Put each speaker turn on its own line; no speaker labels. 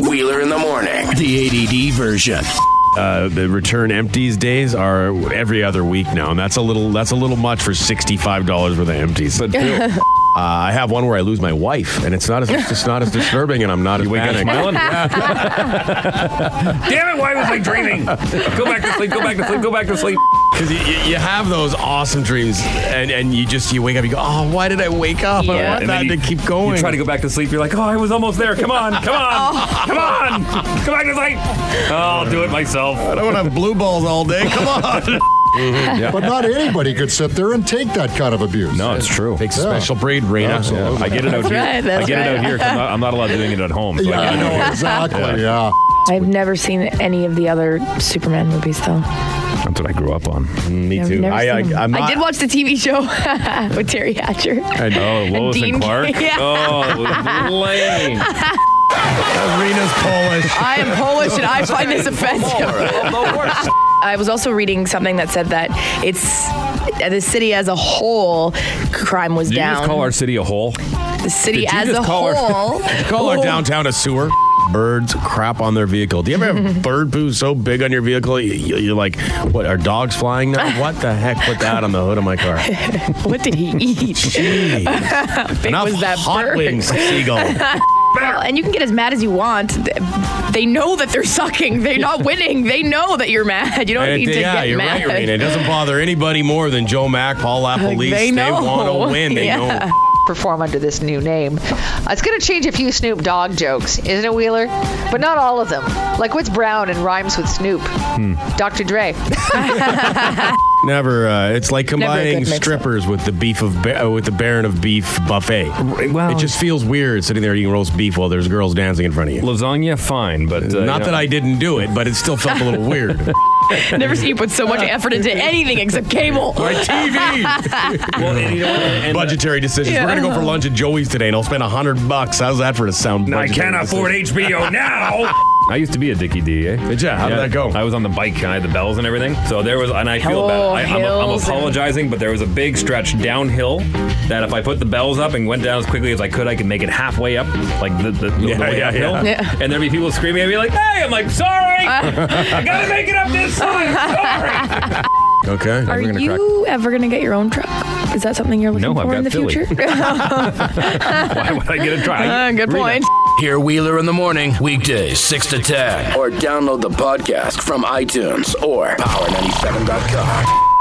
Wheeler in the morning.
The ADD version.
Uh, the return empties days are every other week now, and that's a little that's a little much for sixty five dollars worth of empties. But, uh, I have one where I lose my wife, and it's not as it's not as disturbing, and I'm not as
You wake up
panicked.
smiling. Damn it! Why was I dreaming? Go back to sleep. Go back to sleep. Go back to sleep.
Because you, you, you have those awesome dreams, and, and you just you wake up, you go, oh, why did I wake up? I
Yeah.
want
And
that to
then you-
keep going.
You try to go back to sleep. You're like, oh, I was almost there. Come on, come on, come on, come back to sleep. Oh, I'll do it myself.
I want to have blue balls all day. Come on.
But not anybody could sit there and take that kind of abuse.
no, it's true. Takes a
Yeah.
special breed, Raina.
Absolutely.
I get it out
That's
here.
right, that's
I get it
right.
out here. 'cause I'm not, I'm not allowed doing it at home. So
Yeah,
I
I
get it out
know
here.
exactly. Yeah.
I've never seen any of the other Superman movies though.
That's what I grew up on.
Me
I've
too.
never
I, I,
seen them.
I'm not,
I did watch the TV show with Terry Hatcher.
Oh, Lois and,
Dean-
Clark.
Yeah.
Oh, lame.
Raina's Polish.
I am Polish and I find this offensive. I was also reading something that said that it's the city as a whole crime was
Did you
down.
just call our city a hole?
the city
did you
as
just
a
call our-
whole.
Call our downtown a sewer. Birds crap on their vehicle. Do you ever have bird poo so big on your vehicle? You, you- you're like, what? Are dogs flying now? What the heck? Put that on the hood of my car.
what did he eat?
Gee, enough
was that
hot
bird?
wings, seagull.
Well, and you can get as mad as you want. Th- They know that they're sucking. They're not winning. They know that you're mad. You don't
And
need
it-
to
yeah,
get
you're
mad.
right, Irene. It doesn't bother anybody more than Joe Mack, Paul Lapolis.
they know.
want to win. They
Yeah.
know.
perform under this new name. Uh, It's going to change a few Snoop Dogg jokes, isn't it, Wheeler? But not all of them. Like what's brown and rhymes with Snoop? Dr. Dre.
Never. Uh, it's like
a good
combining
mix-up.
strippers with the beef of ba- uh, with the Baron of Beef buffet.
well-
it just feels weird sitting there eating roast beef while there's girls dancing in front of you.
uh, Lasagna, fine, but uh,
Not
you know-
that I didn't do it, but it still felt a little weird.
Never seen you put so much effort into anything except cable.
My TV.
Well, and you know what? And-
Budgetary decisions. We're gonna go for lunch at Joey's today, and I'll spend a hundred bucks. How's that for a sound?
I
budgetary
can't afford
decision?
HBO now. I used to be a Dickie D. Eh?
Did ya? How did that go?
I was on the bike and I had the bells and everything. So there was, and I feel bad. I, I'm, I'm
hills and-
apologizing, but there was a big stretch downhill that if I put the bells up and went down as quickly as I could, I could make it halfway up, like the, the, the
Yeah,
way
yeah,
uphill.
yeah. Yeah.
And there'd be people screaming at me like, "Hey!" I'm like, "Sorry, I gotta make it up this time." Sorry.
Okay.
Are
We're gonna crack-
you ever going to get your own truck? Is that something you're looking
No, I've
for
got
in the
Philly.
future?
Why would I get a try?
Uh, good
Rita.
point.
Hear Wheeler in the morning, weekdays 6 to 10. Or download the podcast from iTunes or power97.com.